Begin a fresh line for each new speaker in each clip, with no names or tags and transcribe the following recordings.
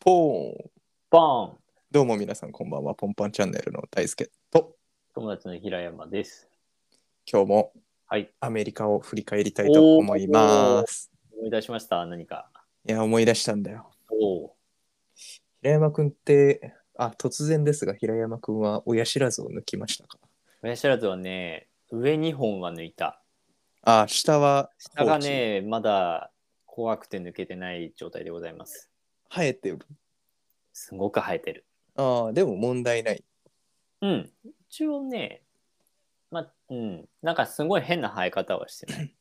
ポーン
バーン
どうも皆さんこんばんは、ポンパンチャンネルの大輔と、
友達の平山です。
今日も
はい。
アメリカを振り返りたいと思います。
思い出しました何か。
いや、思い出したんだよ。
おお。
平山くんって、あ、突然ですが、平山くんは親知らずを抜きましたか
親知らずはね、上2本は抜いた。
あ、下は
下がね、まだ怖くて抜けてない状態でございます。
放置、生えてる。
すごく生えてる。
ああ、でも問題ない。
うん。一応ね、ま、うん。なんかすごい変な生え方はしてない。ち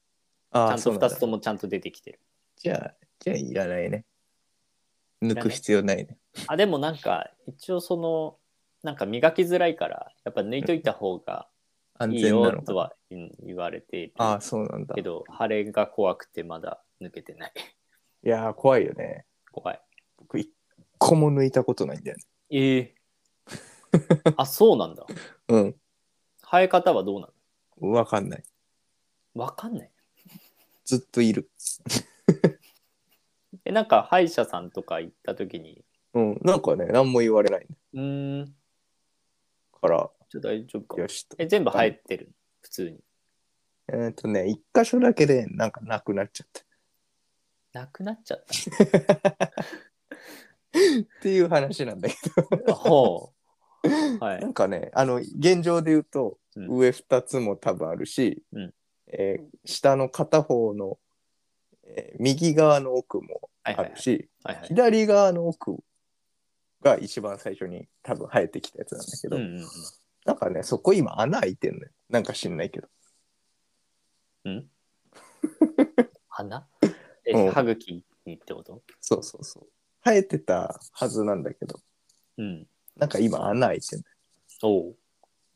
あ
ゃ
あ、
ん
そ
と
うなん
2
だ
つともちゃんと出てきてる。
じゃあ、じゃあいらないね。抜
ら
く
ない
必要ないね。
あ、でもなんか、一応その、なんか磨きづらいから、やっぱ抜いといた方が
安
いい
全な
よ
のか。
とはうん言われている
ああ、そうなんだ。
け
い
ど、腫れが怖くてまだ抜けてない。
やー、怖いよね。
怖い。
僕、一個も抜いたことないんだよね。
ええ あ、そうなんだ。
うん。
生え方はどうな
わかんない。
のわかんない。
ずっといる。
え、なんか歯医者さんとか行った時に、
うん。なんかね、何も言われない。
うーん、
から、
ちょっと大丈夫か
よ。しと。
え、全部生えてる普通に。
えーっ、とね、一箇所だけで、なんかなくなっちゃった。
なくなっちゃっ
っていう話なんだけ
た。ほ う。は。
ど、ないんかね、あの、現状で言うと、
うん
上二つも多分あるし、
うん
えー下の片方の、えー右側の奥も
はい
あ
はい
るし、
はいはい。
左側の奥が一番最初に多分生えてきたやつなんだけ
う
ど、
んうん
なんかね、そこ今穴開いてんのよ。なんか知んないけど。
うん。ん 鼻え、
うん
歯茎にってこと
そうそうそう。生えてたはずなんだけど、
うん。
なんか今穴開いてる。
おう。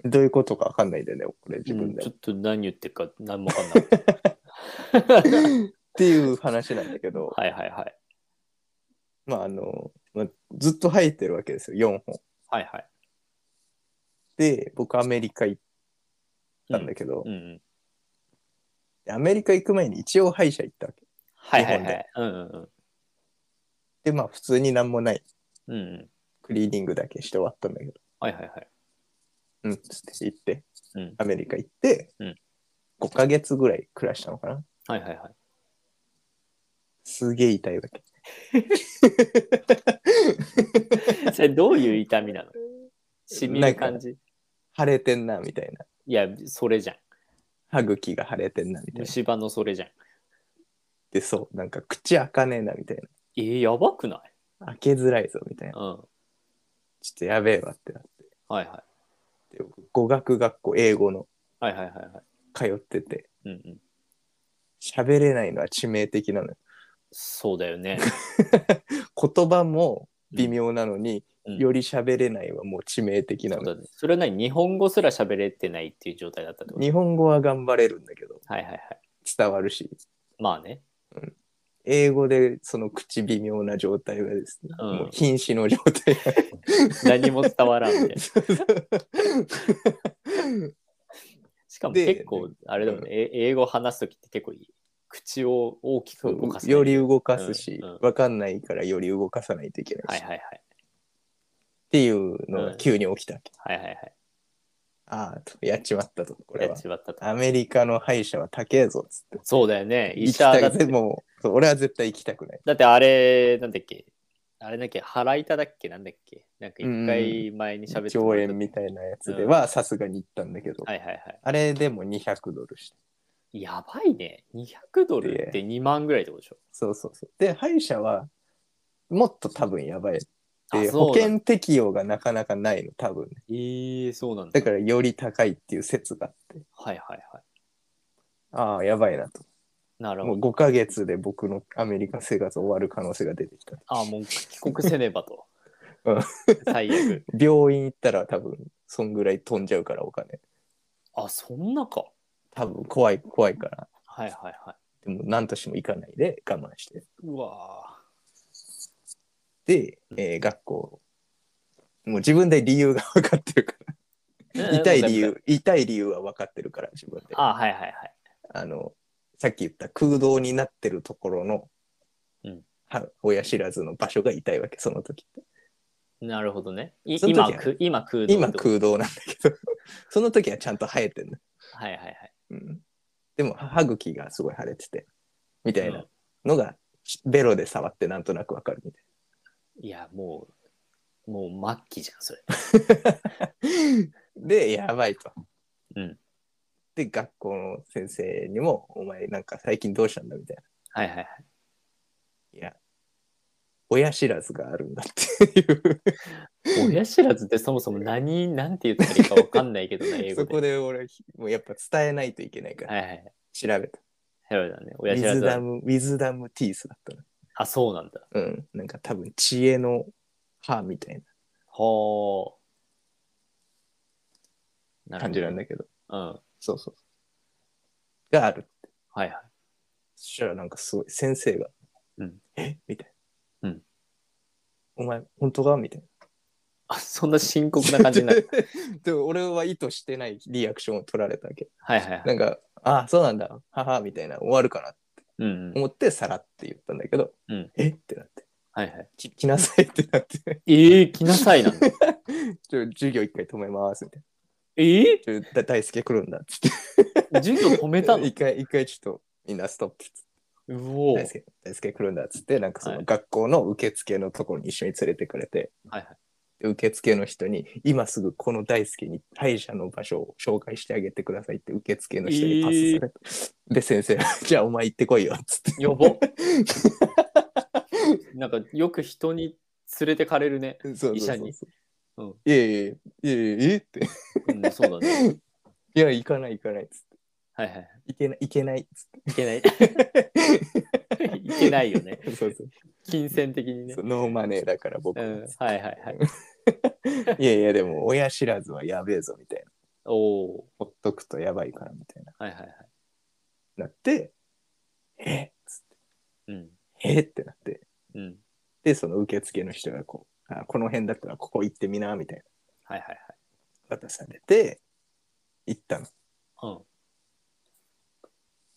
どういうことかわかんないんだよね、これ自
う
分
ん
で
ちょ
も。
っと何言ってるか何もわか んない。
っていう話なんだけ ど、
はいはいはい。
まああの、まあ、ずっと生えてるわけですよ、4本。
はいはい。
で、僕アメリカ行ったんだ
け
けど、
うんうん。
アメリカ行く前に一応歯医者行ったわけ。
はいはい
日
は
本
い。うんうん
で、まあ普通になんもない。
うん。うんうん。
クリーニングだけして終わったんだけど、
はいはいはい。
うん、つって行って、
うん。
アメリカ行って、
うん
5ヶ月ぐらい暮らしたのかな。
はいはいはい。
すげえ痛いわけ。
それどういう痛みなのしみる感じ
腫れてんな、みたいな。
いや、それじゃん。
歯茎が腫れてんな、みたいな。
虫歯のそれじゃん。
で、そう、なんか口開かねえな、みたい
えー、やばくない
な。開けづらいぞ、みたいな
う。ん。は
ちょっとやべえわってなっ
いはい。
て。僕語学学校、英語の
はいはいはいはい。
通ってて、
うんうん。
喋れないのは致命的なのよ。
そうだよね。
言葉も微妙なのに、
うん
より喋れないはもう致命的な
そう
の。
だね。それは何日本語すら喋れてないっていう状態だったってこと
日本語は頑張れるんだけど、
はいはいはい。
伝わるし、
まあね。
英語でその口微妙な状態がですね、
うん
もう瀕死の状 態が
何も伝わらんみたい な。しかも
で
結構、あれだもんね、え英語話すときって結構いい口を大きく動かす、
より動かすし、
うんうん
わかんないからより動かさないといけな
はいい
し、
はいはい。
っていうのが急に起きたわけ。
はいはいはい。
ああ、とやっちまったと、これ
や
は
っ。ちまったと。
アメリカの歯医者は高えぞっつって。
そうだよね。医者だ
行
っ
き
て
たいもうそう俺は絶対行きたくない。
だってあれ、なんだっけあれだっけ払いただっけなんだっけなんか一回前に喋っても
上
らった
演みたいなやつではさすがに行ったんだけど、
はいはいはい。
あれでも200ドルして。
やばいね。200ドルって2万ぐらいってことでしょ。
そうそうそう。で、歯医者はもっと多分やばい。で、
あそ
保
うなんだ
険適用がなかなかないの、多分、ね。
えー、そうなんだ。
だからより高いっていう説があって、
はいはいは
ああ、やばいなと。
い。なる
も
ほ
う
ど。
5ヶ月で僕のアメリカ生活終わる可能性が出てきた。。
あ、もう帰国せねばと
うん
最悪。
病院行ったら多分、そんぐらい飛んじゃうから、お金。
あ、そんなか。
多分、怖い、怖いから。
はいはいはい。
でも、何としても行かないで我慢して。
うわ
で、えー学校。もう自分で理由が分かってるから。
ー
痛い理。由、痛い理由は分かってるから、自分で。あ
あ、はいはいはい。
の、さっき言った空洞になってるところの
うん、
は親知らずの場所が痛いわけその時って
なるほどね。い
その時
今
は
く、今空洞
今
ってこと
空洞なんだけど その時はちゃんと生えてんの、
はいはいはい。
うん、でも歯茎がすごい腫れててみたいなのが、ベロで触ってなんとなくわかるみたい
いや、もう、もう末期じゃん、それ。
なでやばいと、
うん
で学校の先生にも「お前なんか最近どうしたんだ?」みたいな
はいはいはい。
「いや親知らずがあるんだ」っていう
親知らずってそもそも何、なんて言ったらいいかわかんないけどね、英語
そこ
で。
で俺もうやっぱ伝えないといけないから、
はいはい。
調べた
そうだね。
ウ
親知
ィ
ら
ズ
ず
ダ
は。
ムウィズダムティースだったな
あ、そうなんだ。
うんなんか多分知恵の歯みたい
ほう。な
な感じなん
ね。
だけど
うん。は
そうそうがある
いはい。
そしたらなんかすごい先生が「
うん
えみたいな「
うん
お前本当か?」みたい
あ、そんな深刻な
な
感じにな る。
でも俺は意図してないリアクションを取られたわけ
はいはいはい。
なんか「ああそうなんだはは」みたいな終わるかなと
うんうん。
思ってさらって言ったんだけど「
うん
えっ?」てなって
はいはい。
「き来なさい」ってなって
ええ、来なさいなんだ。
ちょ授業一回止めますみたい
ええ、
な。ちょだ大輔来るんだっつって。
授業止めた の
一回一回ちょっとみんなストップっつって
うおー
大輔大輔来るんだっつってなんかそ
は
の
い
学校の受付のところに一緒に連れてくれて、
はいはい。
で受付の人に今すぐこの大輔に歯医者の場所を紹介してあげてくださいって受付の人にパスされて、で先生がじゃあお前行ってこいよっつって
やば。なんかよく人に連れてかれるね。
そうそうそう
医者にうん
いやいやいやいやいやえって
うん、そうだね。
いや行かない行かないっつって
はいはい。
行けない行けないっつ
いけない。
っ
いけないよね。
てそうそう
金銭的にね
そう。ノーマネーだから僕
う
は、
ん、はいはいはい。
いやいやでも親知らずはやべえぞみたいな
おお
ほっとくとやばいからみたいな
ー。はいはいはい。
なってえっつって
うん。
えっってなって
うん。
でその受付の人がこうあこの辺だったらここ行ってみなみたい
はいはい
な渡されて行ったの
はい。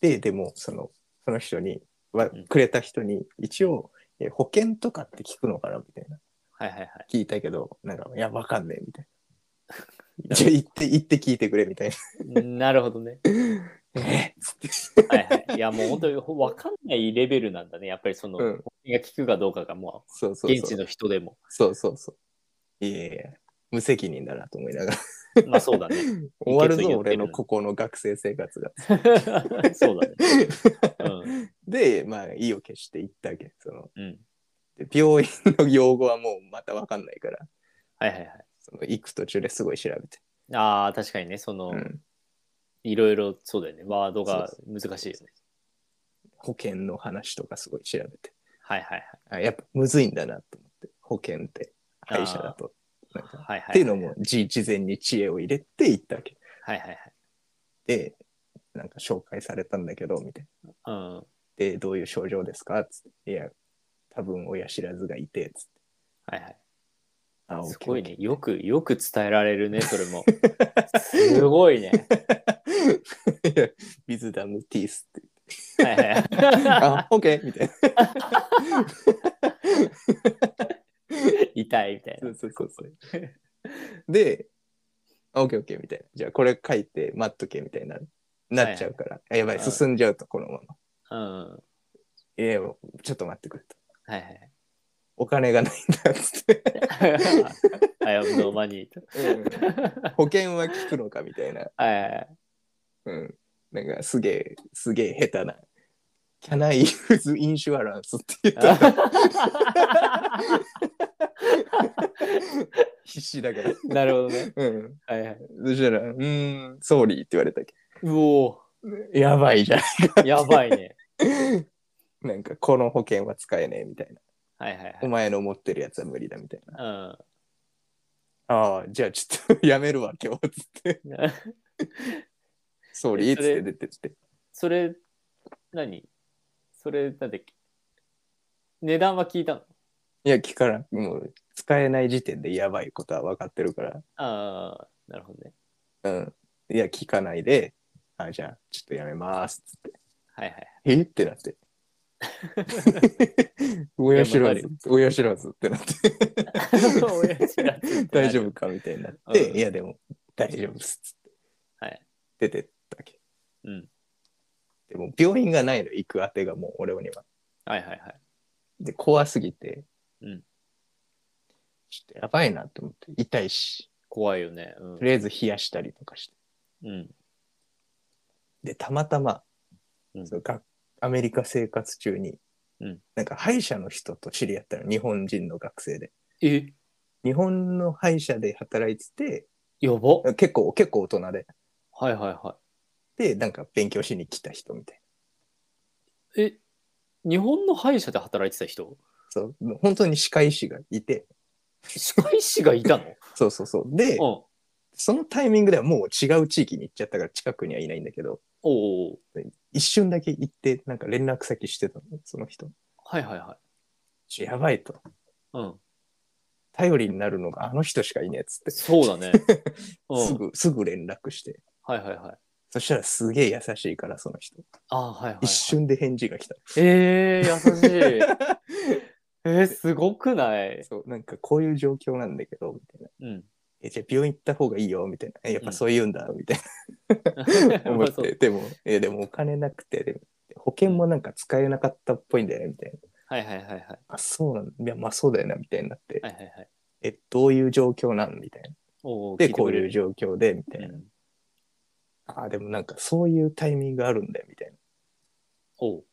ででもそのその人にわ
うん
くれた人に一応え保険とかって聞くのかなみたいな
うん。はいはいはい。
聞いたけどなんかいやわかんねえみたい なじゃあ行って行って聞いてくれみたい
なるほどね。
なえっつって
はいはい。いやもう本当に分かんないレベルなんだね。やっぱりその、
う
保
ん
険が効くかどうかがも
そうそううそう
現地の人でも。
そうそうそう。いやいや、無責任だなと思いながら。
まあそうだね。
終わる
いけ
ぞ、
ず言って
俺
る
のここの学生生活が。
そうだね。うん。
で、まあ、意を決して行ったわけ。その
うん。
で病院の用語はもうまた分かんないから、
はいはいは
その行く途中ですごい調べて。
い。ああ、確かにね、その、
うん
いろいろそうだよね。ワードが難しいよね。
保険の話とかすごい調べて。
はいはい
あやっぱむずいんだなと思って、保険って、歯医者だと。なんか
はい。はいは
っ
い、
ていうのもじ事前に知恵を入れて行ったわけ。
はいはい
で、なんか紹介されたんだけど、みたいな。
はい。うん。
で、どういう症状ですかつって。いや、多分親知らずがいて、つって。
はいはい。
あ
すごい。
オッ
ね。よく、よく伝えられ るね、それも。すごいね。
ケーオッケー いやビズダムティースって。
はいは
あ、オッケーみたいな。
い。痛いみたい
そ
な。
うそうそうそう。 で、あオッケーオッケーみたいな。じゃあこれ書いて待っとけみたいな。なっちゃうから。あやばい、
うん
進んじゃうと、このまま。
うん。はい
や、ちょっと待ってくれと。
いはい。
お金がないんだっつって。
I have no money.
うん 保険は効くのかみたいな。
はいはいはい。
うん。なんかすげえ、すげえ下手な。Can I use insurance? って言ったら 必死だから。
なるほどね。
うん。
はいはい。
そしたら、うーん、ソーリーって言われたっ
うお
け。やばいじゃん。
ーやばいね。
なんか、この保険は使えねえみたいな。
はいはい
お前の持ってるやつは無理だみたいな。
は
ああ、じゃあちょっとやめるわ、今日。つって、
い。うん。
ソーリーっつっ
そ
て
れ
出てって。
それ、何それ、なんだっけ値段は聞いたの
いや、聞からん。もう、使えない時点でやばいことは分かってるから。
ああ、なるほどね。
うん。いや、聞かないで、あじゃあ、ちょっとやめます。つって。
はいはい。
えってなって。親知らず、親知らずってな って、
親知らず
大丈夫かみたいになって、
うん
いやでも大丈夫っすっつって。
はい
出てったわけ。
うん。
でも病院がないの、行くあてがもう俺には。
はいはいはい。
で、怖すぎて、
うん
ちょっとやばいなと思って、痛いし、
怖いよね。うん
と。りあえず冷やしたりとかして。
うん。
で、たまたま、
うん
そのがアメリカ生活中に、
うん
なんか歯医者の人と知り合ったの、日本人の学生で。
え、
日本の歯医者で働いてて、
やば。
結構、結構大人で。
はいはいは
で、なんか勉強しに来た人みたいな。
い。え、日本の歯医者で働いてた人
そう、もう本当に歯科医師がい て、
歯科医師がいたの
そうそうそう。で、
うん。おう
そのタイミングではもう違う地域に行っちゃったから近くにはいないんだけど、
おうおう
一瞬だけ行って、なんか連絡先してたの、その人。
はいはいは
ちょやばいと。
い。うん。
頼りになるのがあの人しかいねえっつって、
そうだね。うん。
すぐ、すぐ連絡して。
はいはいはい。
そしたらすげえ優しいから、その人。
ああ、はいはい、はい。
一瞬で返事が来た。
えー、優しい。えー、すごくない
そう、なんかこういう状況なんだけど、みたいな。
うん。
え、じゃあ病院行った方がいいよ、みたいな。えやっぱそういうんだ、みたいな思
ま
っ
あ そう
て。でも、え、でもお金なくて、で保険もなんか使えなかったっぽいんだよね、みたいな。
はいはいはいはい。はい
あ、そうなんいや、まあそうだよな、みたいになって。
はいはい。
え、どういう状況なんみたいな。
おうお
で、こういう
う
状況で、みた
聞いてくれ
い
る
な。
うん。
あ、でもなんかそういうタイミングあるんだよ、みたいな。
おう。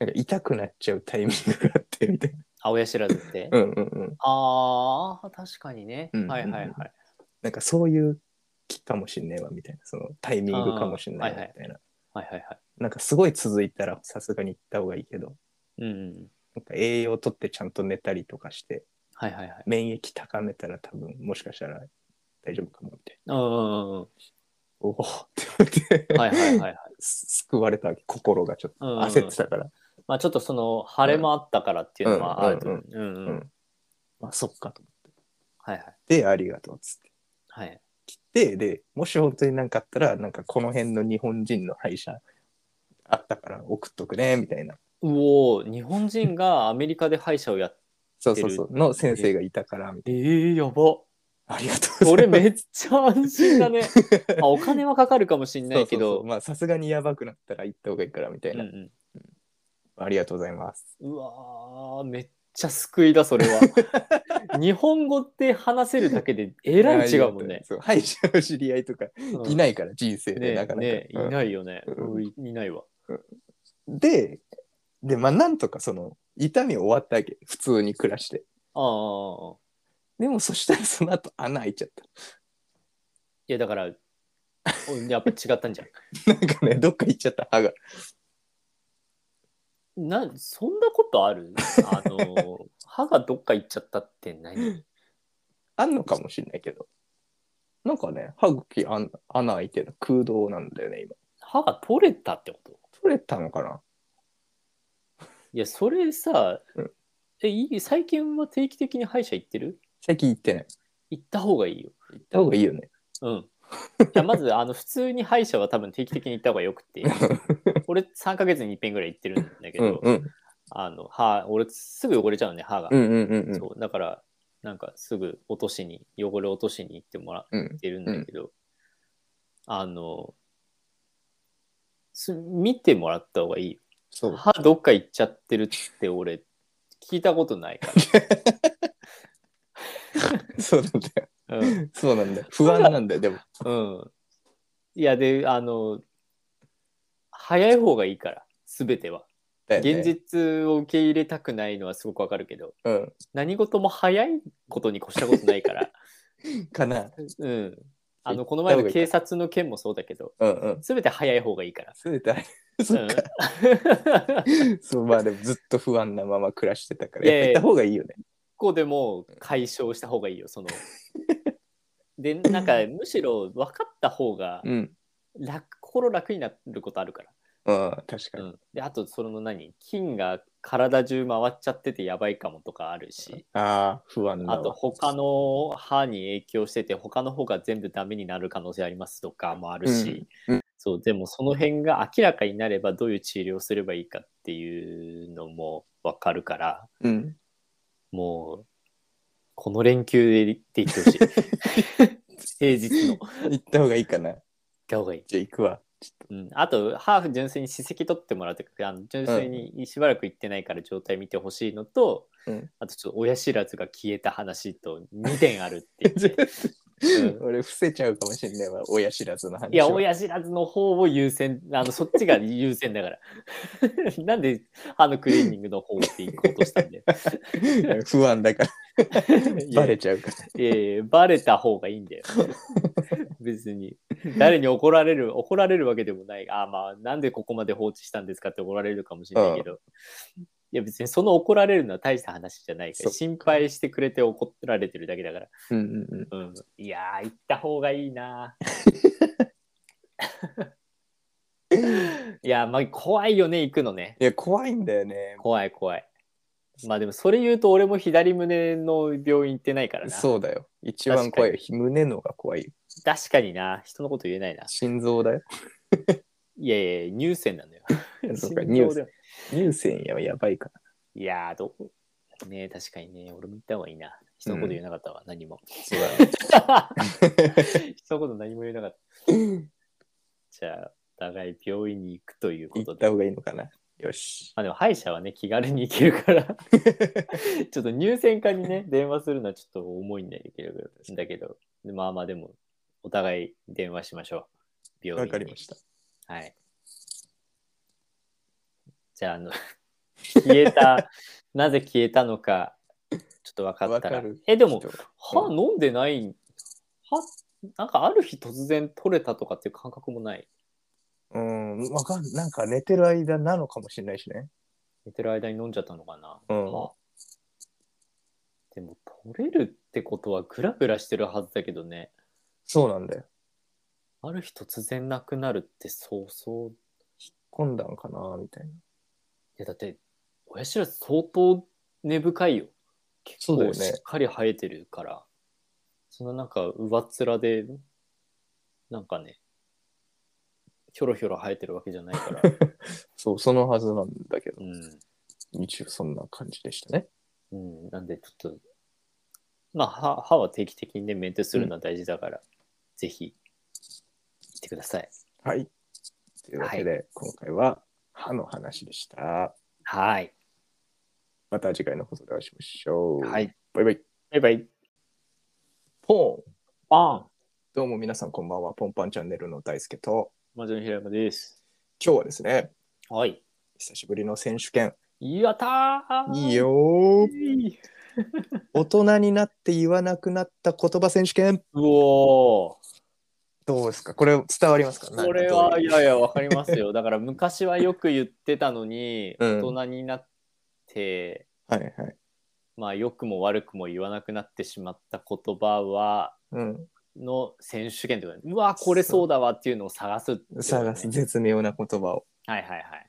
なんか痛くなっちゃうタイミングがあって、みたいな。
あ親知らずって。
うんうんうん。
ああ、確かにね。
うん
はいはいはい。
なんかそういう気かもしんねえわ、みたいな。そのタイミングかもしんないわ、
あーはい
みた
はい
いな。
はいはいはい。
なんかすごい続いたらさすがに行った方がいいけど、
うんうん。
なんか栄養とってちゃんと寝たりとかして、
はいはいはい。
免疫高めたら多分もしかしたら大丈夫かもみたいな。
うんうんうんうん。
おおって思って、
はいはいはいはい。
す救われたわけ、心がちょっ
うんうん
と
うん
焦ってたから、
まあちょっとその晴れもあったからっていうのはあると思う。うんうんん
う
うんん。
まあそっかと思
はいはい。
って、ありがとうっつって。
はい。
で、で、もし本当になんかあったら、なんかこの辺の日本人の歯医者あったから送っとくね、みたいな。
うおー日本人がアメリカで歯医者をやっ
そうそうそう、の先生がいたから、みたい
えー、やば。
な。ありがとうご
そ
ざ
れ
います。
めっちゃ安 心だね。あお金はかかるかもしんない
そ
け
うそうそ
ど
う。まあさすがにやばくなったら行った方がいいから、みたいな。
うん
ありがとうございます。
うんうわーめっちゃ救いだそれは。 日本語って話せるだけでえらい違うもんね。
そう歯医者の知り合いとか
うん
いないから、人生で
ね
なかなか。
ねい
うん
ないよね。
うん
うんいいないわ。
で、で、まあなんとかその痛み終わったわけ、普通に暮らして。
ああ。
でもそしたらその後穴開いちゃっ
いやだから、おやっぱ違ったんじゃん。
た。なんかね、どっか行っちゃった歯が。
なそんなことあるあ の歯がどっか行っちゃったって何
あんのかもしれないけど。なんかね、歯茎あん穴開いてる空洞なんだよね、今。
歯が取れたってこと
取れたのかない
やそれさ、
うん
えいい最近は定期的に歯医者行ってる
最近行ってない。
行った方がいいよ。
行った方がいいよね。
うん。いやまずあの普通に歯医者は多分定期的に行った方がよく て俺3ヶ月に1遍ぐらい行ってるんだけ
う
ど、
んうん。
あの歯俺すぐ汚れちゃうね歯が、
うんうんうんうん。
そうだからなんかすぐ落としに汚れ落としに行ってもら
うん
ってるんだけど、あのす見てもらった方がいい
そ
よ
う。
歯どっか行っちゃってるって俺聞いたことないか
そうなんだよ。
ら、うん
そうなんだよ。不安なんだよ、でも。
うん、いやであの早い方がいいから全ては
だよね
現実を受け入れたくないのはすごくわかるけど
うん。
何事も早いことに越したことないから、
かな。
うん、あのこの前の警察の件もそうだけど
うんうん。
全て早い方がいいから。
すべてあれ。そっか。
うん
そう、まあでもずっと不安なまま暮らしてたから、
いやい
やっ
や
ぱ行った方がいいよね。
一個でも解消した方がいいよそのでなんかむしろ分かった方が
うん。
楽心楽になることあるか、
うん、確からに。
うん、であとその何菌が体中回っちゃっててやばいかもとかあるし
ああ、不安だわ
あと他の歯に影響してて他の方が全部ダメになる可能性ありますとかもあるし、
うんうん
そう、でもその辺が明らかになればどういう治療をすればいいかっていうのもわかるから、
うん。
もう、この連休で行っていって ほしい。平日の。行っ
行った方がいいかな。
た方がいい。
じゃあ行くわ。
うん、あと、ハーフ純粋に歯石取ってもらうとか、あの純粋にしばらく行ってないから状態見てほしいのと、
うん
あとちょっと親知らずが消えた話と2点あるっていうね、うん
俺伏せちゃうかもしれないわ親知らずの話はい
や、親知らずの方を優先、あのそっちが優先だから。なんで歯のクリーニングの方って行こうとしたんで。
不安だから
いや
バレちゃうから
いやいやバレた方がいいんだよ。別に。誰に怒られる、怒られるわけでもない。ああ、まあ、なんでここまで放置したんですかって怒られるかもしれないけど。いや、別にその怒られるのは大した話じゃないか
そっ
ら、
か
心配してくれて怒られてるだけだから。
うんうんうん
うん。いやー、行った方がいいな。いやー、まあ、怖いよね、行くのね。
いや怖いんだよね
怖い、怖い。まあ、でも、それ言うと、俺も左胸の病院行ってないからな。
そうだよ一番怖いよ胸のが怖いよ
確かにな、人のこと言えないな。
心臓だよ
いやいや、乳腺なんだよ。
そうか
心臓
乳
では
腺乳腺ややばいから
いやー、どうねえ確かにね、俺も言った方がいいな。人のこと言えなかったわ、何も。
そうだね
人のこと何も言えなかった。じゃあ、お互い病院に行くというこ
行
と
っ
で。
た
ま
方がいいのかなよし
あでも歯医者はね、気軽に行け るから、ちょっと入選科にね、電話するのはちょっと重いんだけど、だけど、まあまあでも、お互い電話しましょう。病院
わ
に。
かりました
はい。じゃあ、あの、 消え た、なぜ消えたのか、ちょっと分かったら
分かる。
え、でも
ちょ、っ
歯飲んでない、歯、なんかある日突然取れたとかっていう感覚もない。
とうんわかんなんか寝てる間なのかもしれないしね
寝てる間に飲んじゃったのかな。
うん
歯でも、取れるってことはグラグラしてるはずだけどね。
そうなんだよ
ある日突然なくなるってそうそう。
混んだんかなみたいない
や、だって、親知らず相当根深いよ。結
そうだ
構
よね
しっかり生えてるから。そのなんか、上っ面で、なんかね、ひょろひょろ生えてるわけじゃないから。
そうそのはずなんだけど
うん。
一応そんな感じでしたね
うん。なんで、ちょっと、まあ、歯歯は定期的にね、メンテするのは大事だから、ぜひ、行ってください。
はい。というわけで、今回は歯の話でした。
はい。
また次回の放送でお会いしましょう。
はい。
バイバイ。
バイバイ。
ポン
バン
どうも皆さんこんばんは。ポンパンチャンネルの大輔と、
魔女の平山です。
今日はですね、
はい。
久しぶりの選手権。
やったー
いいよー
いい。
大人になって言わなくなった言葉選手権。
うおー。
どうですかこれ伝わりますか
これは、い
い
やいや、わかりますよ。だ から、昔はよく言ってたのに、
うん
大人になって、
はいはい。
まあ、良くも悪くも言わなくなってしまった言葉は、
うん。
の選手権ということで、うわ、これそうだわっていうのを探すってことね
探す絶妙な言葉を。
はいはいはい。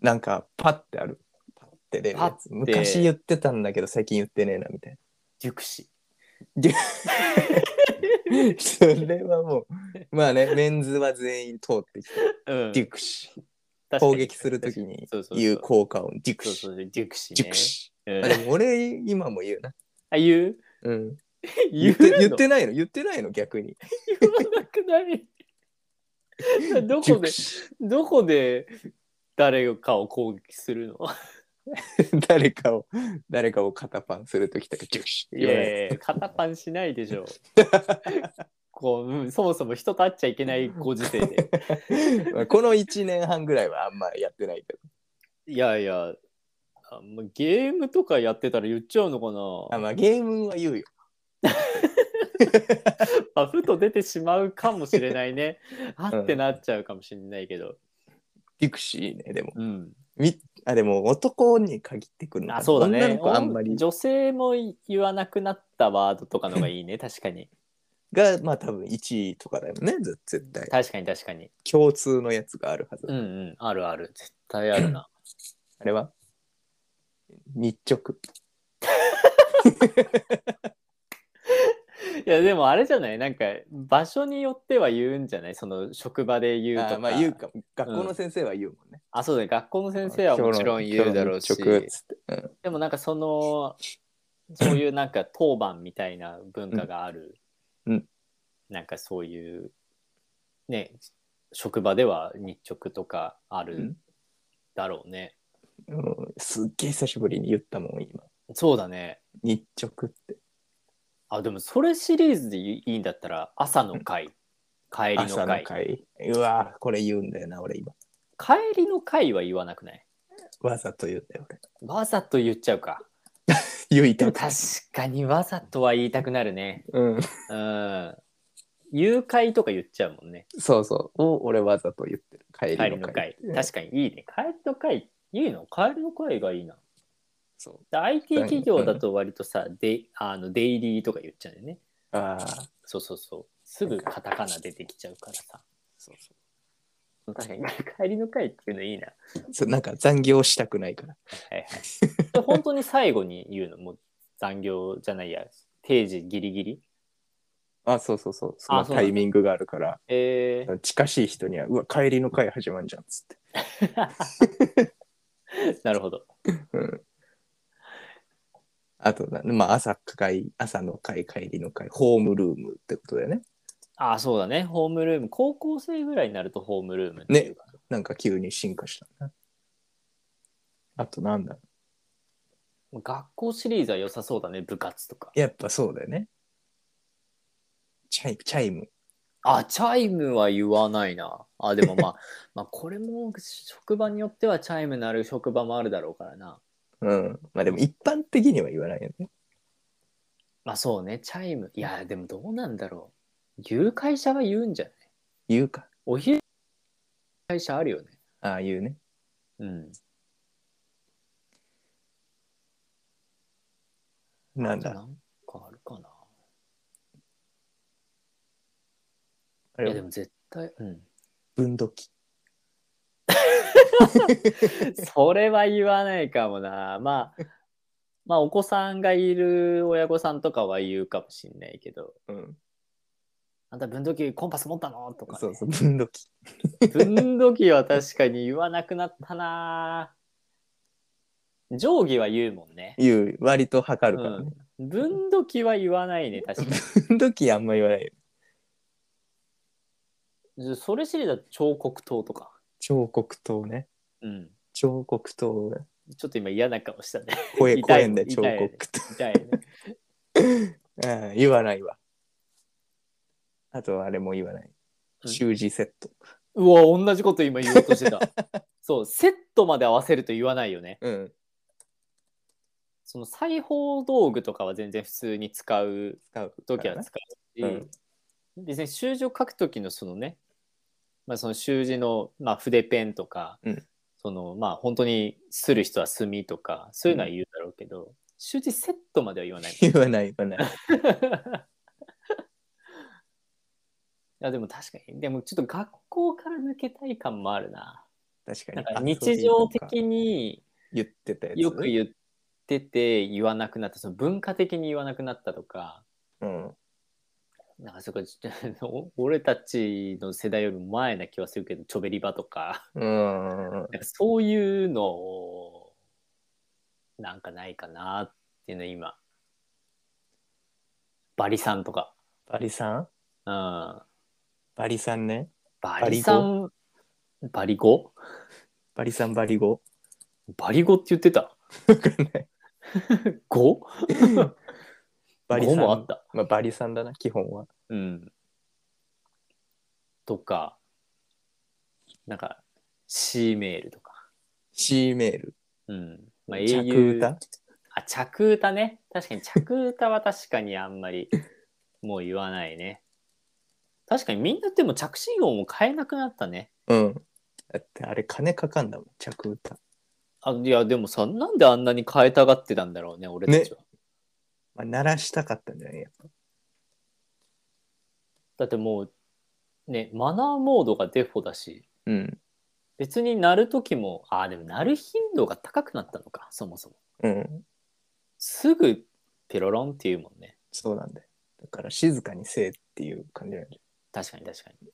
なんか、パッてある。パッて出るやつ。
パッて
昔言ってたんだけど、最近言ってねえな、みたいな。
熟士。
それはもう、まあね、メンズは全員通ってき て、
うん。
デュクシ。
確かに
攻撃するときに
そうそうそう
言う効果音、デュク
そう
シ
そ。う、デュクシ
デュ
ね
ク。シ。
うん
あ、でも俺、今も言うな。
あ、言う
うん。言
言う
って
の
言ってないの言ってないの逆に。
言わなくない。 ど
デ
こ
ュク
で、
シ。
どこで誰かを攻撃するの
誰かを、誰かを肩パンするときとか、デュクシって
い
言わない。
やいや、肩パンしないでし ょ。こう、うんそもそも人と会っちゃいけないご時世 で。
まあこの1年半ぐらいはあんまやってないけ
いやいや、あもうゲームとかやってたら言っちゃうのか
ど。あ
な
まあゲームは言うよ。
まあふと出てしまうかもしれない ね。あ
うん
ってなっちゃうかもしれないけど。
デュクシいいね、でも。
うん。
みあ、でも男に限ってくるのかな
あ、そうだ
女の
ね。
子あんまり
女性も言わなくなったワードとかのがいいね。確かに。
が、まあ多分1位とかだよね、ず絶対。
確かに確かに。
共通のやつがあるはず。
うんうん。あるある。絶対あるな。
あれは日直。
いいやでもあれじゃないなんか場所によっては言うんじゃないその職場で言うと
あ
か
ーまあ言うかも学校の先生は言うもんね、
あそうだね学校の先生はもちろん言うだろうし
今日の今日の日直っつって、うん
でもなんかそのそういうなんか当番みたいな文化がある、
うんうん
なんかそういうね職場では日直とかあ
う
る
ん
だろうね、
うんすっげえ久しぶりに言ったもん今
そうだね
日直って
あでもそれシリーズでいいんだったら朝の会帰りの
朝の
会
会うわーこれ言うんだよな俺今
帰りの会は言わなくない
わざと言うんだよ俺
わざと言っちゃうか
言い
で
た
も
く
確かにわざとは言いたくなるね
うん
うん誘拐とか言っちゃうもんね
そうそうを俺わざと言ってる帰
帰
り
り
の
の
会
会。確かにいいね。帰りの会、いいの帰りの会がいいな。
そう
で IT 企業だと割とさ、であのデイリーとか言っちゃうよね。
ああ
そうそうそう。すぐカタカナ出てきちゃうからさ。
そうそ
確かに帰りの会っていうのいいな。
うそうなんか残業したくないから
はいはい。で本当に最後に言うの、もう残業じゃないや、定時ギリギリ。
あそうそうそうその
そう
タイミングがあるから
えー
近しい人にはうわ帰りの会始まんじゃんっつって
なるほど。
うんあとな、まあ、朝会、朝の会、帰りの会、ホームルームってことだよね。
ああ、そうだね。ホームルーム。高校生ぐらいになるとホームルームっていうか。
なんか急に進化したな。あとなんだ
学校シリーズは良さそうだね。部活とか。
やっぱそうだよね。チャイム、チャイム。
あ、チャイムは言わないな。あ、でもまあ、まあこれも職場によってはチャイムなる職場もあるだろうからな。
うん。まあでも一般的には言わないよね。
まあそうね、チャイム。いや、でもどうなんだろう。言う会社は言うんじゃない
言うか。
お昼、会社あるよね。
ああ、言うね。
うん。
なん
な
だ。
んかあるかな。
あ
いや、で
れ、
も絶対、うん。
分度器。
それは言わないかもな。まあ、まあお子さんがいる親御さんとかは言うかもしんないけど、
うん。
あんた分度器コンパス持ったのとか、ね。
そうそう、分度器。
分度器は確かに言わなくなったなぁ定規は言うもんね。
言う。割と測るからね。
分度器は言わないね、確か
分度器あんま言わないよ。
に。それ知りだと彫刻刀とか。
彫刻刀ね。
うん。
彫刻刀。
ちょっと今嫌な顔したね。
声
痛
声
い
んで彫
痛い
刻と、
痛いね。
うん、言わないわあとあれも言わない
うん
習字セット
うわ、同じこと今言おうとしてた。そう、セットまで合わせると言わないよね。
うん
その裁縫道具とかは全然普通に使う
使う
時は
からね
使うし、別に習字を書く時のそのね、まあ、その習字の、まあ、筆ペンとか、
うん
そのまあ本当にする人は墨とかそういうのは言うだろうけど、習字セットまでは言わない い
言わない言わない
やでも確かにでもちょっと学校から抜けたい感もあるな
確
なん
か
か
に
日常
あそういうのか
的に
言ってたやつ
よく言ってて言わなくなったその文化的に言わなくなったとか
うん
なんかそこ 俺たちの世代よりも前な気はするけどチョベリバとか。
うん
なんかそういうのをなんかないかなっていうの今バリさんとか、
バリさん
うん、
バリさんね
バリさんバリ語
バリさんバリ語
バリ語って言ってた
わかんない
語
バリ
語
さん
もあった、
まあ、バリさんだな基本は
うん、とかなんか C メールとか、
C メール
うんまあ、
着歌
あ着歌ね確かに着歌は確かにあんま りもう言わないね確かにみんなでも着信音を変えなくなったね
うんだってあれ金かかんだもん着歌
あいやでもさなんであんなに変えたがってたんだろうね俺たちは、
まあ、鳴らしたかったんじゃないやっぱ
だってもうねマナーモードがデフォだし
うん
別に鳴る時もあでも鳴る頻度が高くなったのかそもそも
うん
すぐピロロンっていうもんね
そうなんだよだから静かにせえっていう感じなんじ
確かに確かに。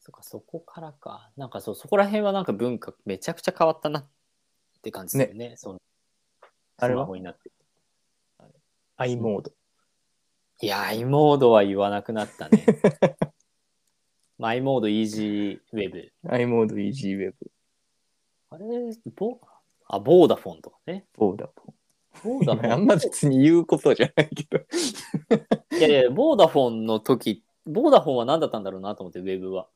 そっか、そこからか。なんかそう、そこら辺はなんか文化めちゃくちゃ変わったなって感じですよね。その
あれは
スマホになって。
ゃない ?i モード。
いや、i モードは言わなくなったね。 まあ i モード、イージーウェブ。
i モード EasyWeb。
あれ、ボあ、ボーダフォンとかね。
ボーダフ
ボーダ
ォ
フ
ン。あ
ォ
んま別に言うことじゃないけど。
ン。いやいや、ボーダフォンの時、ボーダフォンは何だったんだろうなと思って、ウェブは。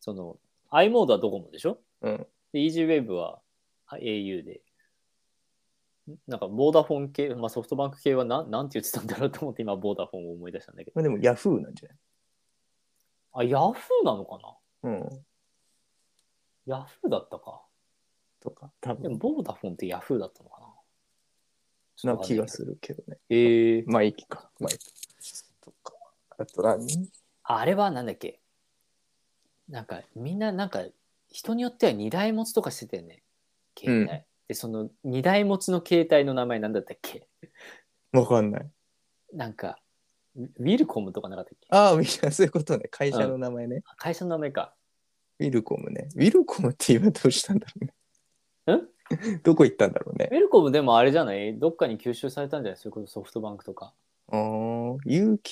その、i モードはドコモでしょ
うん。
で、イージーウェブはあ au で。んなんか、ボーダフォン系、まあ、ソフトバンク系はなんなんて言ってたんだろうと思って、今、ボーダフォンを思い出したんだけど。
まあでも Yahoo なんじゃ
あ、ヤフーなのか
ないうん。
なヤフーだったか。
とか、多
で
分
も、ボーダフォンってヤフーだったのかな
な気がするけどね。
ええ
マイキか。マイキ。とか。あと何
あれはなんだっけなんかみんななんか人によっては2台持ちとかしてたよね携帯、
う
でその2台持ちの携帯の名前なんだったっけ
わかんない。
なんかウウィルコムとかなかったっけ
ああ、みんなそういうことね。会社の名前ね。
あ会社の名前か
ウィルコムね。ウィルコムって今どうしたんだろ
ん
うね。どこ行ったんだろう
ウ
ね。
ィルコムでもあれじゃないどっかに吸収されたんじゃないそれこそソフトバンクとか
あー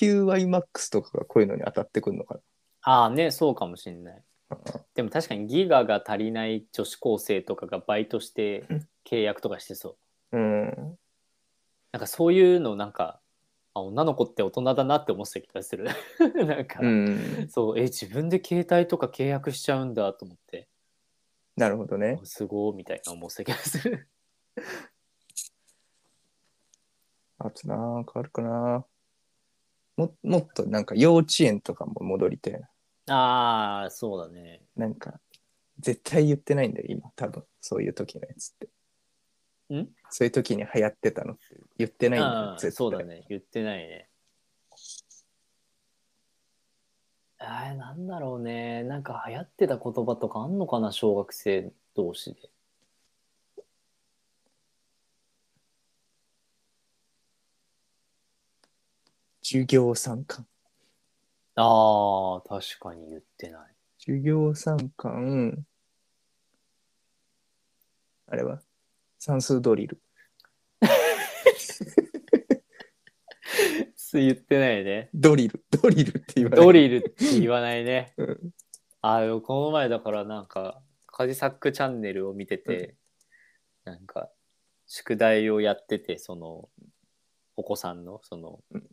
UQIMAX とかがこういうのに当たってくるのか
ああねそうかもしんない
な。
でも確かにギガが足りない女子高生とかがバイトして契約とかしてそう
うん。
なんかそういうのなんかあ女の子って大人だなって思ってた気がする なんか、
うん。
そうえ自分で携帯とか契約しちゃうんだと思って
なるほどね。
すごいみたいな思ってた気がする
あとなんかあるかな。ももっとなんか幼稚園とかも戻りたいな。
ああそうだね
なんか、絶対言ってないんだよ、今、多分。そういう時のやつって。
ん
そういう時に流行ってたのって言ってないんだよ
あ、あ
絶対。
そうだ。ね言ってないねあーなんだろうねなんか流行ってた言葉とかあんのかな小学生同士で
授業参観。
ああ確かに言って ない
授業参観。あれは算数ドリル。
言ってない ね
ドリル。ドリルって言われる。
ドリルって言わないね。
うん
あのこの前だからなんかカジサックチャンネルを見てて、なんか宿題をやっててそのお子さんのその、
うん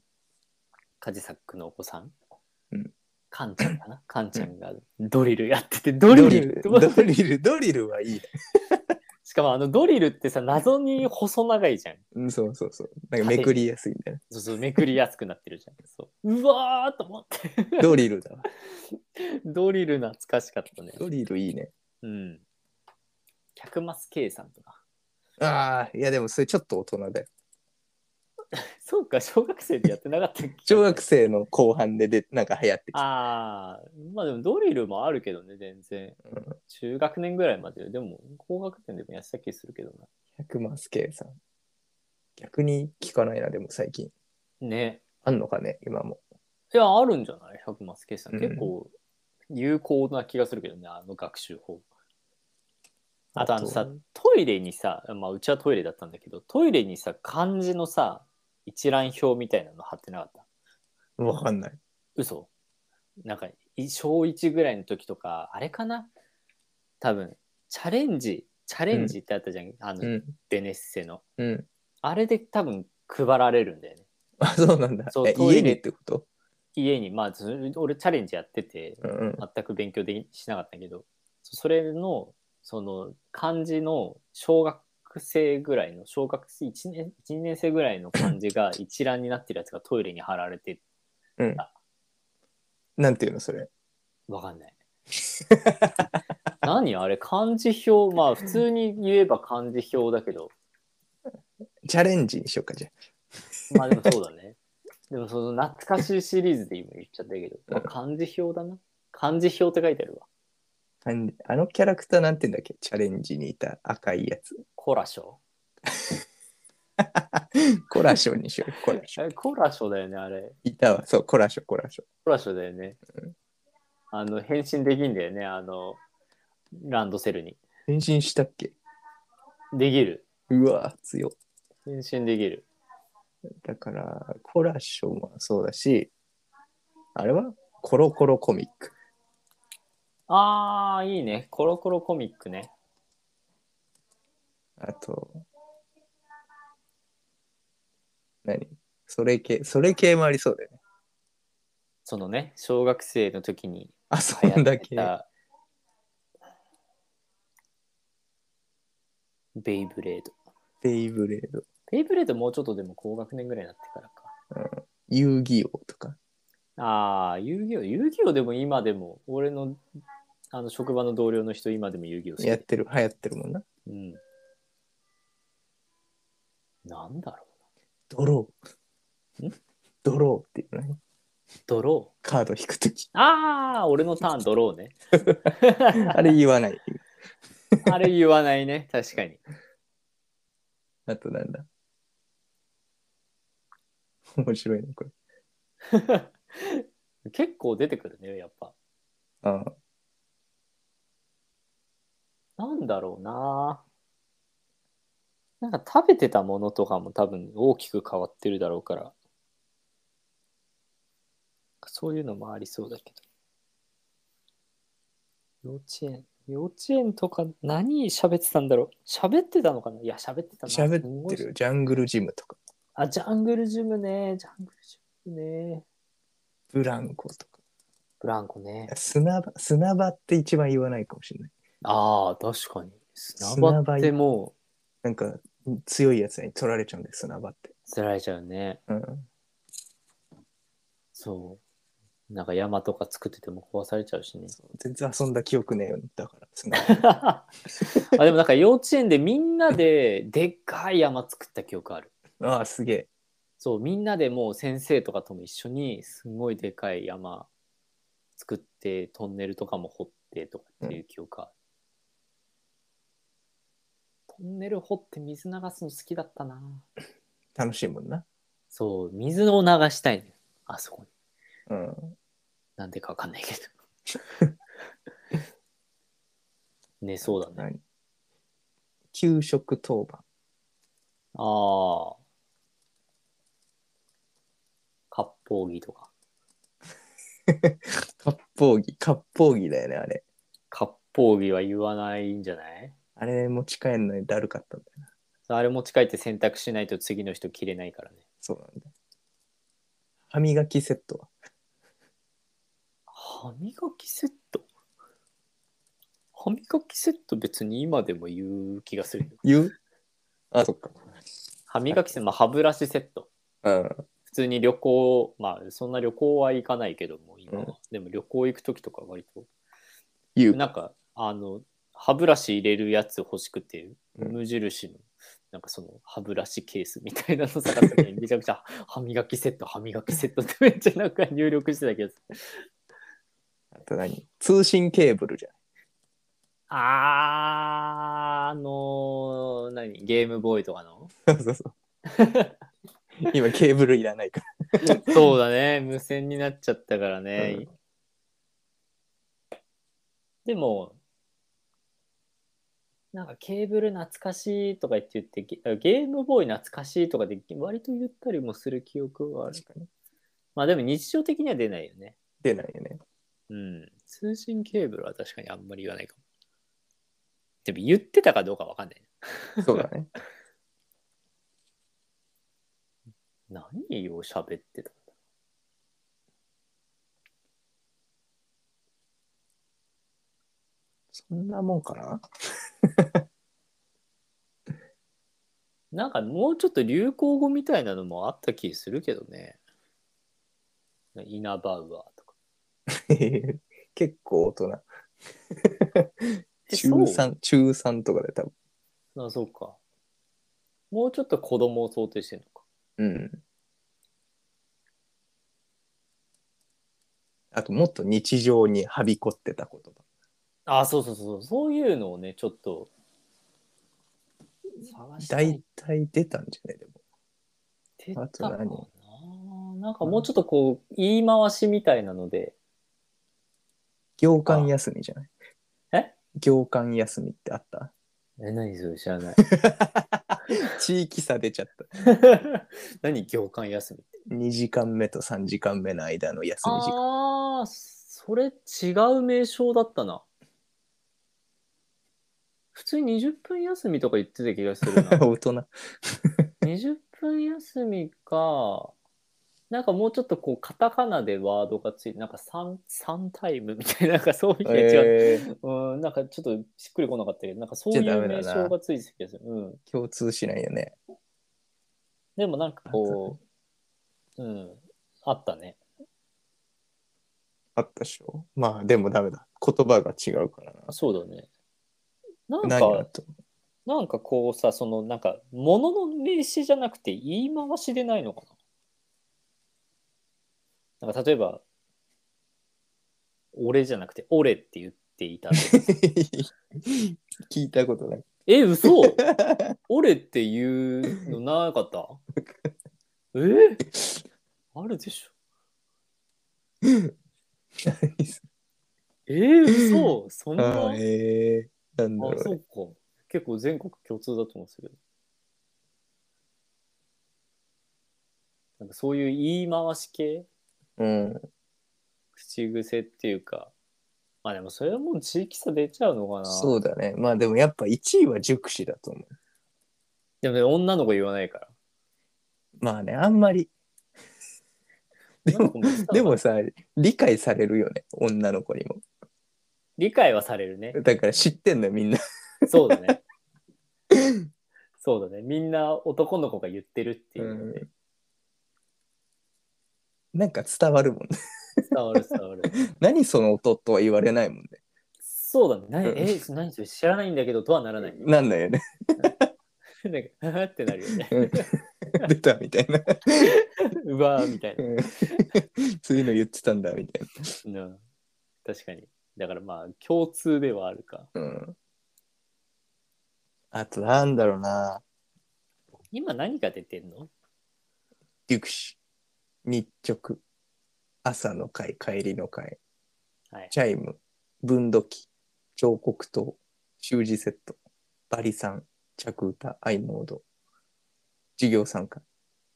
カジサックのお子さん、
うん
カンちゃんかなカンちゃんがドリルやっててドリルって思
ド
って
リル。ドリルはいいね。
しかもあのドリルってさ謎に細長いじゃん。
うん、そうそうそう。なんかめくりやすいんだよね。
そうそうめくりやすくなってるじゃん。 そううわーと思って
ドリルだわ。
ドリル懐かしかったね。
ドリルいいね。
うん。100マス計算とか。
ああ、いやでもそれちょっと大人だよ。
そうか、小学生でやってなかったっけ
小学生の後半ででなんか流行ってきた。
ああ、まあでもドリルもあるけどね、全然
うん。
中学年ぐらいまで。でも、高学年でもやってた気するけど
100マス計算。逆に聞かないな、でも最近。
な。ね。
あんのかね、今も。
いや、あるんじゃない ?100 マス計算。
うん
結構有効な気がするけどね、あの学習法。あとあのさ、トイレにさ、まあうちはトイレだったんだけど、トイレにさ、漢字のさ、一覧表みたいなの貼ってなかった
わかんない。
嘘なんかい小1ぐらいの時とかあれかな多分チャレンジチャレンジってあったじゃん、あの、
うん。
ベネッセの
うん。
あれで多分配られるんだよね
あ、そうなんだ。
そう
え
トイレ
家にってこと
家にまあず俺チャレンジやってて
うんうん。
全く勉強できしなかったけどそそれのその漢字の小学生ぐらいの小学生1年 ,1 年生ぐらいの漢字が 一覧になってるやつがトイレに貼られて
なんていうの、それ。
わかん ない。何あれ漢字表まあ普通に言えば漢字表だけど
チャレンジにしようか、じゃ
まあでもそうだねでもその懐かしいシリーズで今言っちゃったけど、まあ、漢字表だな漢字表って書いてあるわ
あ。漢字あのキャラクターなんていうんだっけチャレンジにいた赤いやつ。
コラショ
コラショにしよう コラショ
あれコラショだよね、あれ。
いたわそうコラショコラショ
コラショだよね。あの、変身できんだよね、あの、ランドセルに。
変身したっけ
できる。
うわ強っ
変身できる。
だからコラショもそうだしあれはコロコロコミック
あー、いいね。コロコロコミックね。
あと何それ系それ系もありそうだよね
そのね、小学生の時に
あそ
流行
ん
っ
だ
て
け
た。ベイブレード。
ベイブレード
ベイブレードもうちょっとでも高学年ぐらいになってからか。
遊戯王とか
ああ、遊戯王、遊戯王でも今でも、俺のあの職場の同僚の人、今でも遊戯王好き
やってる流行ってるもんな
うん。なんだろ
ドロー
ん
ドローっていうのね
う。ドロ
カード引くとき
ー。ああ、俺のターン、ドロー ね。
あれ言わない
あれ言わないね、確かに。
あとなんだ面白いねこれ
結構出てくるね、やっぱ。
あ
なんだろうな。なんか食べてたものとかも多分大きく変わってるだろうから。そういうのもありそうだけど。幼稚園。幼稚園とか何喋ってたんだろう喋ってたのかないや、喋ってた
あ
な。
喋
す
っ
ご
て
い
るよジャングルジムとか
あ、ジャングルジムね。ジャングルジムね。
ブランコとか
ブランコね。
砂場砂場って一番言わないかもしれない
ああ、確かに。砂場ってもう、
なんか強いやつに取られちゃうんで砂場って、
つられちゃうね。
うん、
そう。なんか山とか作ってても壊されちゃう しね。
全然遊んだ記憶ねえよだから 砂場
あでもなんか幼稚園でみんなででっかい山作った記憶ある。
ああすげえ
そうみんなでもう先生とかとも一緒にすごいでかい山作ってトンネルとかも掘ってとかっていう記憶ある。トンネル掘って水流すの好きだったな。
楽しいもんな、
そう水を流したいのよあそこに。
うん、
なんでかわかんないけど。 ねそうだね。
何給食当番
ああ。割烹着とか。
割烹着割烹着だよねあれ
割烹着は言わないんじゃない
あれ持ち帰るのにだるかったんだよな
あれ持ち帰って洗濯しないと次の人着れないからね。
そうなんだ歯磨きセットは
歯磨きセット歯磨きセット別に今でも言う気がするよ。
言うあそっか
歯磨きセット、まあ、歯ブラシセット。
うん
普通に旅行、まあそんな旅行は行かないけども、今は。
うん
でも旅行行くときとか割と。
言う
なんかあの歯ブラシ入れるやつ欲しくて
うん
無印の、なんかその歯ブラシケースみたいなの探すのにめちゃくちゃ歯磨きセット歯磨きセットってめっちゃなんか入力してたけど
あと何通信ケーブルじゃん
あーあのー何ゲームボーイとかの
そうそうそう。 今ケーブルいらないから。
そうだね無線になっちゃったからね、
うん
でもなんかケーブル懐かしいとか言って言ってゲゲームボーイ懐かしいとかで割と言ったりもする記憶がある
確かに。
まあでも日常的には出ないよね
出ないよね。
うん通信ケーブルは確かにあんまり言わないかもでも言ってたかどうかわかんない
そうだ ね。
何を喋ってたんだ
そんなもんかな
なんかもうちょっと流行語みたいなのもあった気するけどねイナバウアーとか
結構大人。
え
中
そう
3、中3とかで多分。
あそうかもうちょっと子供を想定してるのか
うん。あともっと日常にはびこってた言葉。
あそうそうそうそうそういうのをねちょっと探したい
大体出たんじゃないでも。
出
あと
たかな
何
なんかもうちょっとこう、言い回しみたいなので、
行間休みじゃない
え
行間休みってあった
え、何それ知ら ない。
地域差出ちゃった。
何 行間休みって。
2時間目と3時間目の間の休み時間。
ああ、それ違う名称だったな。普通に20分休みとか言ってた気がするな。
大人。
20分休みか、なんかもうちょっとこう、カタカナでワードがついて、なんかサンサンタイムみたいな、なんかそういう、違う、
えー
うん、なんかちょっとしっくりこなかったけど、なんかそうい
じゃあダ
う
メだ
名
な
称がついてた気がする。うん。
共通しないよね。
でもなんかこう、うん、あったね。
あったでしょまあでもダメだ。言葉が違うからな。
そうだね。なん
何があ
か
っ、た
なんかこうさ、そのなんか、ものの名詞じゃなくて言い回しでないのかななんか例えば、俺じゃなくて、俺って言っていたとか。
聞いたことない。
え、嘘俺っていうのなかったえあるでしょ
何そ
えー、嘘そん
れ
な
あ
あ
ー、、えー、なんだろう
そ
ね。
うか。結構全国共通だと思うんですけど。なんかそういう言い回し系
うん。
口癖っていうかまあでもそれはもう地域差出ちゃうのかな
そうだね。まあでもやっぱ1位は熟知だと思う。
でもね女の子言わないから
まあね、あんまり。でも、
女の子言ってたのかな
でもさ、理解されるよね。女の子にも。
理解はされるね
だから知ってんのよ、みんな。
そうだねそうだねみんな男の子が言ってるっていうので
なんか伝わるもんね。
伝わる伝わる
何その音とは言われないもんね。
そうだね
うん
何え何それ知らないんだけどとはならない
なんだよね。
なんか あーってなるよね
うん出たみたいな。
うわーみたいな
うん そういうの言ってたんだみたい
うん確かにだからまあ共通ではあるか
な。うん、あとなんだろうな。
今何が出てんの
熟知。日直。朝の会、帰りの会。
はい
チャイム。分度器。彫刻刀。習字セット。バリさん。着歌。アイモード。授業参加。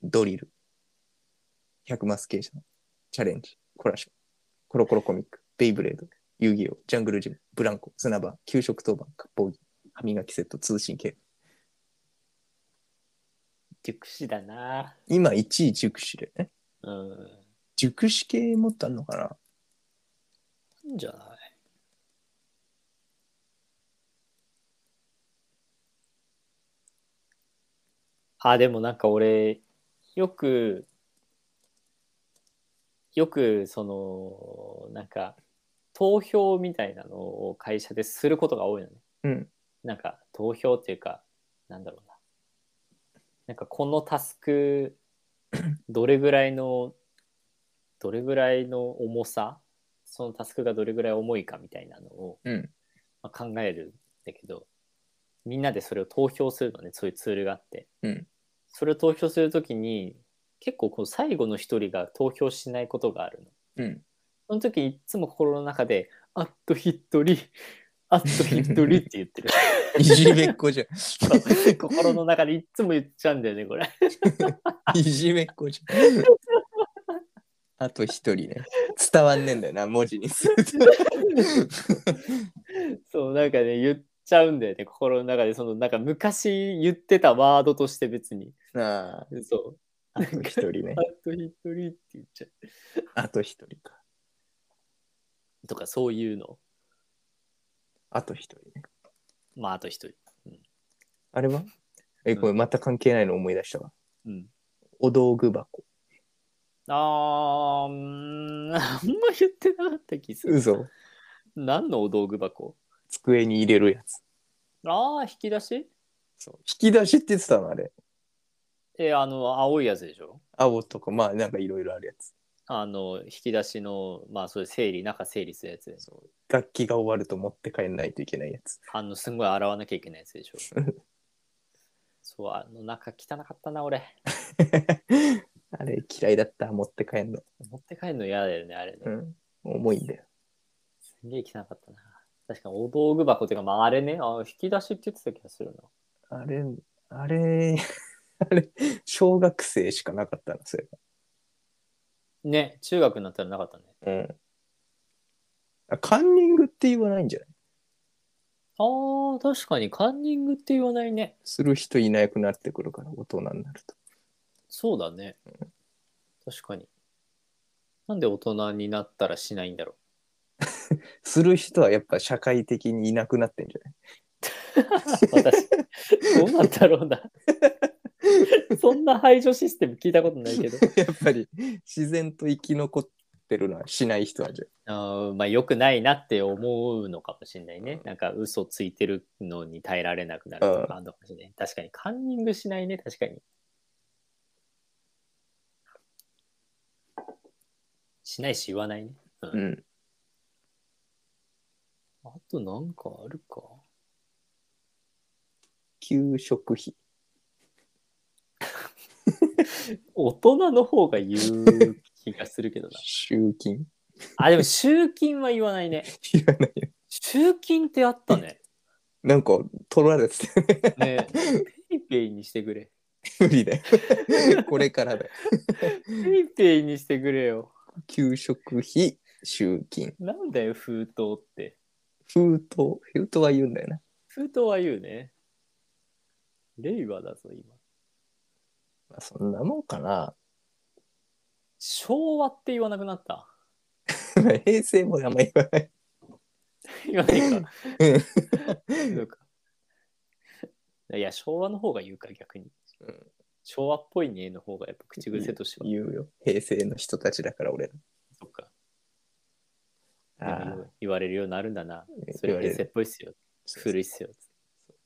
ドリル。百マス計算。チャレンジ。コラショ。コロコロコミック。ベイブレード。遊戯王。ジャングルジム。ブランコ。砂場。給食当番。割烹着。歯磨きセット。通信系。
熟知だな
今1位熟知でね。
うん
熟知系もっとあんのかな
なんじゃないあ、でもなんか俺、よく、よく、その、なんか、投票みたいなのを会社ですることが多いのね。
うん。
なんか、投票っていうか、なんだろうな。なんか、このタスク、 どれぐらいの、どれぐらいの重さそのタスクがどれぐらい重いかみたいなのを、
うん。
まあ、考えるんだけどみんなでそれを投票するのねそういうツールがあって、
うん
それを投票するときに結構こう最後の一人が投票しないことがあるの
うん。
その時いつも心の中で「あと一人あと一人」って言ってる
いじめっ子じゃん。
心の中でいつも言っちゃうんだよねこれ
いじめっ子じゃん。あと一人ね。伝わんねえんだよな、文字にすると。
そうなんかね言っちゃうんだよね心の中でそのなんか昔言ってたワードとして別に
ああ、
そう
あと一人ね
あ。と一人って言っちゃ
あと一人か。
う。とか、そういうの。
あと一人ね。
まあ、あと一人。
あれはえ、これまた関係ないの思い出したわ。
うん。
お道具箱。
あーうーん、あんま言ってなかった気する。
嘘。
何のお道具箱
机に入れるやつ。
ああ、引き出し
そう。引き出しって言ってたの、あれ。
え、あの、青いやつでしょ
青とか、まあなんかいろいろあるやつ。
あの、引き出しの、まあ、そういう整理、中整理するやつ。
そう楽器が終わると持って帰んないといけないやつ。
あの、すんごい洗わなきゃいけないやつでしょ。そう、あの中汚かったな、俺。
あれ嫌いだった、持って帰んの。
持って帰るの嫌だよね、あれね。
うん。重いんだよ。
すんげえ汚かったな。確かにお道具箱っていうか、まあ、あれねあ、引き出しって言ってた気がするな。
あれ、あれ、 あれ、小学生しかなかったな、それ
ね、中学になったらなかったね。
が。うん。あカンニングって言わないんじゃない
あー、確かにカンニングって言わないね。
する人いなくなってくるから、大人になると。
そうだね。確かに。なんで大人になったらしないんだろ。
する人はやっぱ社会的にいなくなってんじゃないう
私、どうなんだろうな。そんな排除システム聞いたことないけど。
やっぱり自然と生き残ってるのはしない人なんじゃ
あーまあ、良くないなって思うのかもしれないね。なんか嘘ついてるのに耐えられなくなるとかあるのかもしれない。確かにカンニングしないね、確かに。しないし言わないね。うん
ない。うん。
あとなんかあるか。
給食費。
大人の方が言う気がする けどな。
集金。
あ、でも集金は言わないね。
いらないよ。
集金ってあった ね。
なんか取られてて、
ねペイペイにしてくれ。
無理だ よ。これからだよ。
ペイペイにしてくれよ。
給食費、集金。
なんだよ、封筒って。
封筒。封筒は言うんだよな。
封筒は言うね。令和だぞ、今。
まあ、そんなもんかな。
昭和って言わなくなった。
平成もあんま言わない。
言わないか。
うん
そうかいや、昭和の方が言うか、逆に
うん。
昭和っぽいねの方がやっぱ口癖としては。
言うよ。平成の人たちだから俺ら。
そっか。
ああ
言われるようになるんだな。そ
言
れ
われ
平
る
成っぽいっすよ。古いっすよ。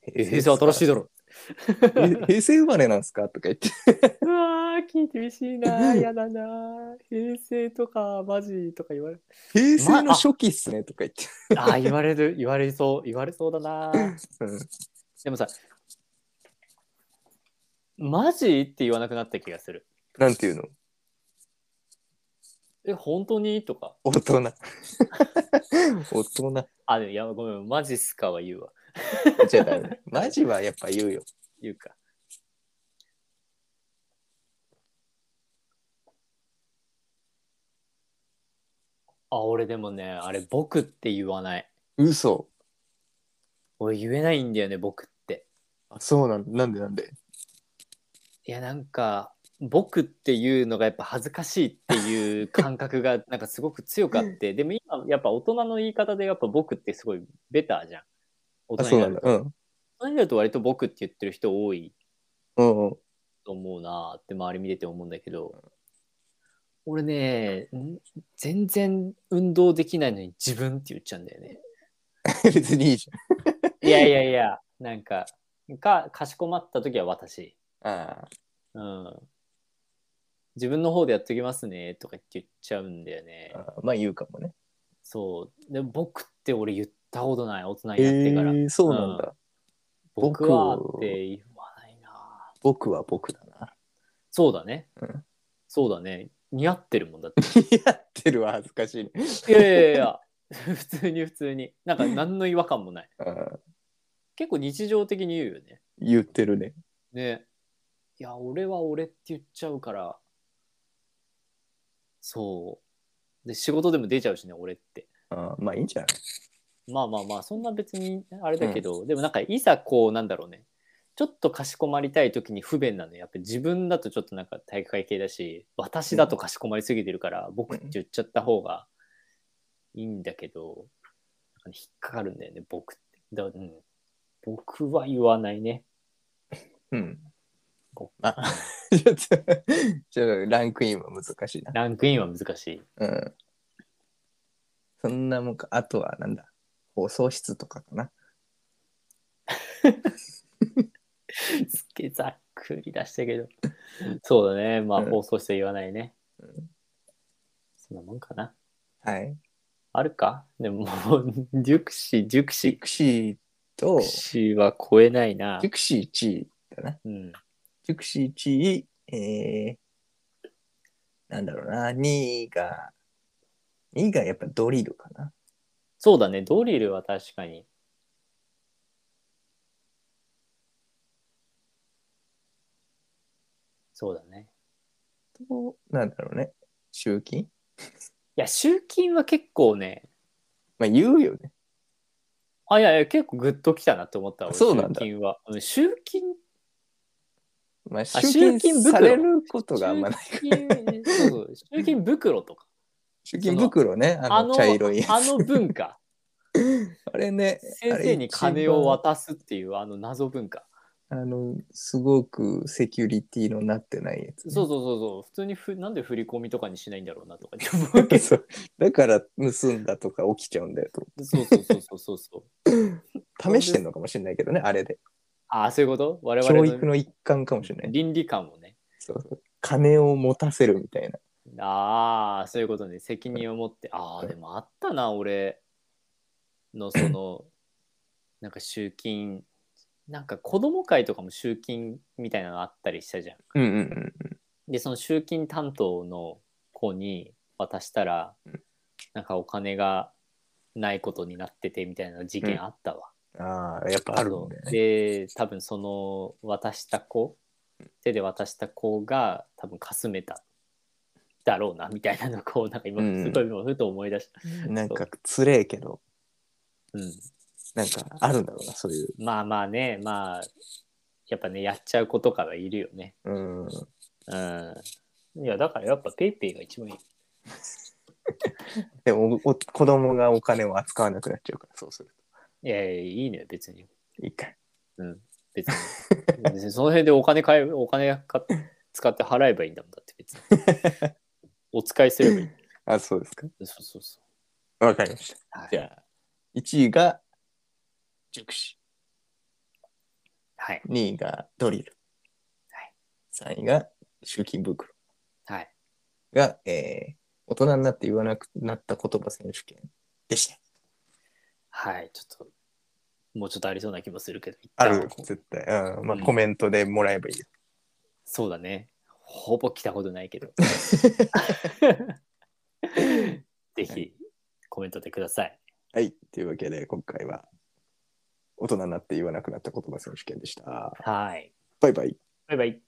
平
平成新しいだ
ろ。
ろ。
え平成生 まれなんすかとか言って。
うわー、厳しい な。やだな。平成とか、マジとか言われる。
平成の初期っすねとか言って。
ああ、言われる、言われそう、言われそうだな。
うん
でもさ、マジって言わなくなった気がする。
なんていうの
え、本当にとか。
大人。 大人。
あ、でもいや、ごめん、マジっすかは言うわ。
じゃあダメだマジはやっぱ言うよ。
言うか。あ、俺でもね、あれ、僕って言わない。
嘘。
俺言えないんだよね、僕って。
あ、そうなんなんでなんで。
いや、なんか、僕っていうのがやっぱ恥ずかしいっていう感覚がなんかすごく強くあって、でも今、やっぱ大人の言い方でやっぱ僕ってすごいベターじゃん。大
あ、
人
そう
に
な
なん
だ
る。と。
うん。
大人になると割と僕って言ってる人多い
うんうん。
と思うなーって周り見てて思うんだけど、俺ねん全然運動できないのに自分って言っちゃうんだよね
別にいいじ
いやいやいやなんかかかしこまった時は私、
ゃん。ああ。
うん、自分の方でやっときますねとかって言っちゃうんだよね
あまあ言うかもね。
そうで僕って俺言ったことない大人に
え
なってから、
ー、そうなんだ。
僕はって言わないな
僕は僕だな。
そうだね、
うん
そうだね似合ってるもんだっ て
やってるは恥ずかしいね。
いやいやいや 普通に普通になんか何の違和感もない
うん
結構日常的に言うよね
言ってるね。
ねいや俺は俺って言っちゃうからそうで仕事でも出ちゃうしね俺って
あまあいいんじゃない
まあまあまあそんな別にあれだけど、でもなんかいざこうなんだろうねちょっとかしこまりたい時に不便なのよやっぱり自分だとちょっとなんか体育会系だし私だとかしこまりすぎてるから、僕って言っちゃった方がいいんだけど、なんかね引っかかるんだよね僕ってだ、うん、僕は言わないね
うん
こ。
あ、 ちょっと、ちょっとランクインは難しいな。
ランクインは難しい
うん。そんなもんか。あとはなんだ放送室とかかな。
すっげえざっくり出したけ どそうだねまあ
うん
放送して言わないね、
うん
そんなもんかな
はい。
あるかでも もうデュクシデュクシ
デュクシーと
デュク、シーは超えないな
デュ。クシー1位。だな。
うん。
塾士1位、えー、なんだろうな、2位が、2位がやっぱドリルかな。
そうだね、ドリルは確かに。そうだね。
と、なんだろうね、集金
いや、集金は結構ね、
まあ言うよね。
あ、いやいや、結構グッときたなと思ったわ。俺
そうなんだ
集金は。うん集金
まあ、集
集
金
金袋
されることがあんまない。
集 金そうそう集金袋とか。
集金袋ね、あ
あ
の
の
茶色いやつ。
あの文化。
あれね、
先生に金を渡すっていうあの謎文化。
あの、すごくセキュリティのなってないやつ、
そうそうそうそう。普通にふなんで振り込みとかにしないんだろうなとかって思うけ ど。
そうだから盗んだとか起きちゃうんだよと。
そうそうそうそうそうそう。
試してんのかもしれないけどね、あれで。
ああ、そういうこと我々
教育
の
の一環かもしれない。
倫理観をね。
そうそう金を持たせるみたいな。
ああ、そういうことね。責任を持って。ああ、でもあったな、俺のそ の、なんか集金。なんか子供会とかも集金みたいなのあったりしたじゃん。
うんうんうん。
で、その集金担当の子に渡したら
うん、
なんかお金がないことになっててみたいな事件あったわ。
ああ、やっぱあるんだよね。
で、多分その渡した子、手で渡した子が多分かすめただろうなみたいなのをこう、なんか今
うん
すごい今ふと思い出した。
なんかつれえけど、
うん。
なんかあるんだろうな、そういう。
まあまあね、まあ、やっぱね、やっちゃう子とかはいるよね。
うん。
うん。いや、だからやっぱペイペイが一番いい。
でもおお子供がお金を扱わなくなっちゃうから、そうする
いやいや、いいね、別に。
と。一回。
別に。別にその辺でお金買え、お金か使って払えばいいんだもんだって別に。 お使いすればいい。
あ、そうですか。
そうそうそ
わかりました。
う。はい
じゃあ、1位が塾師、
はい。
2位がドリル、3位が集金袋
はい。
が、えー大人になって言わなくなった言葉選手権でした。
はい。ちょっと、もうちょっとありそうな気もするけど。一
あ
旦
る、絶対。うん、まあ、
うん
コメントでもらえばいいよ。
そうだね。ほぼ来たことない けど。ぜひ、コメントでください。
はい、というわけで、今回は、大人になって言わなくなった言葉選手権でした。
はい。
バイバイ。
バイバイ。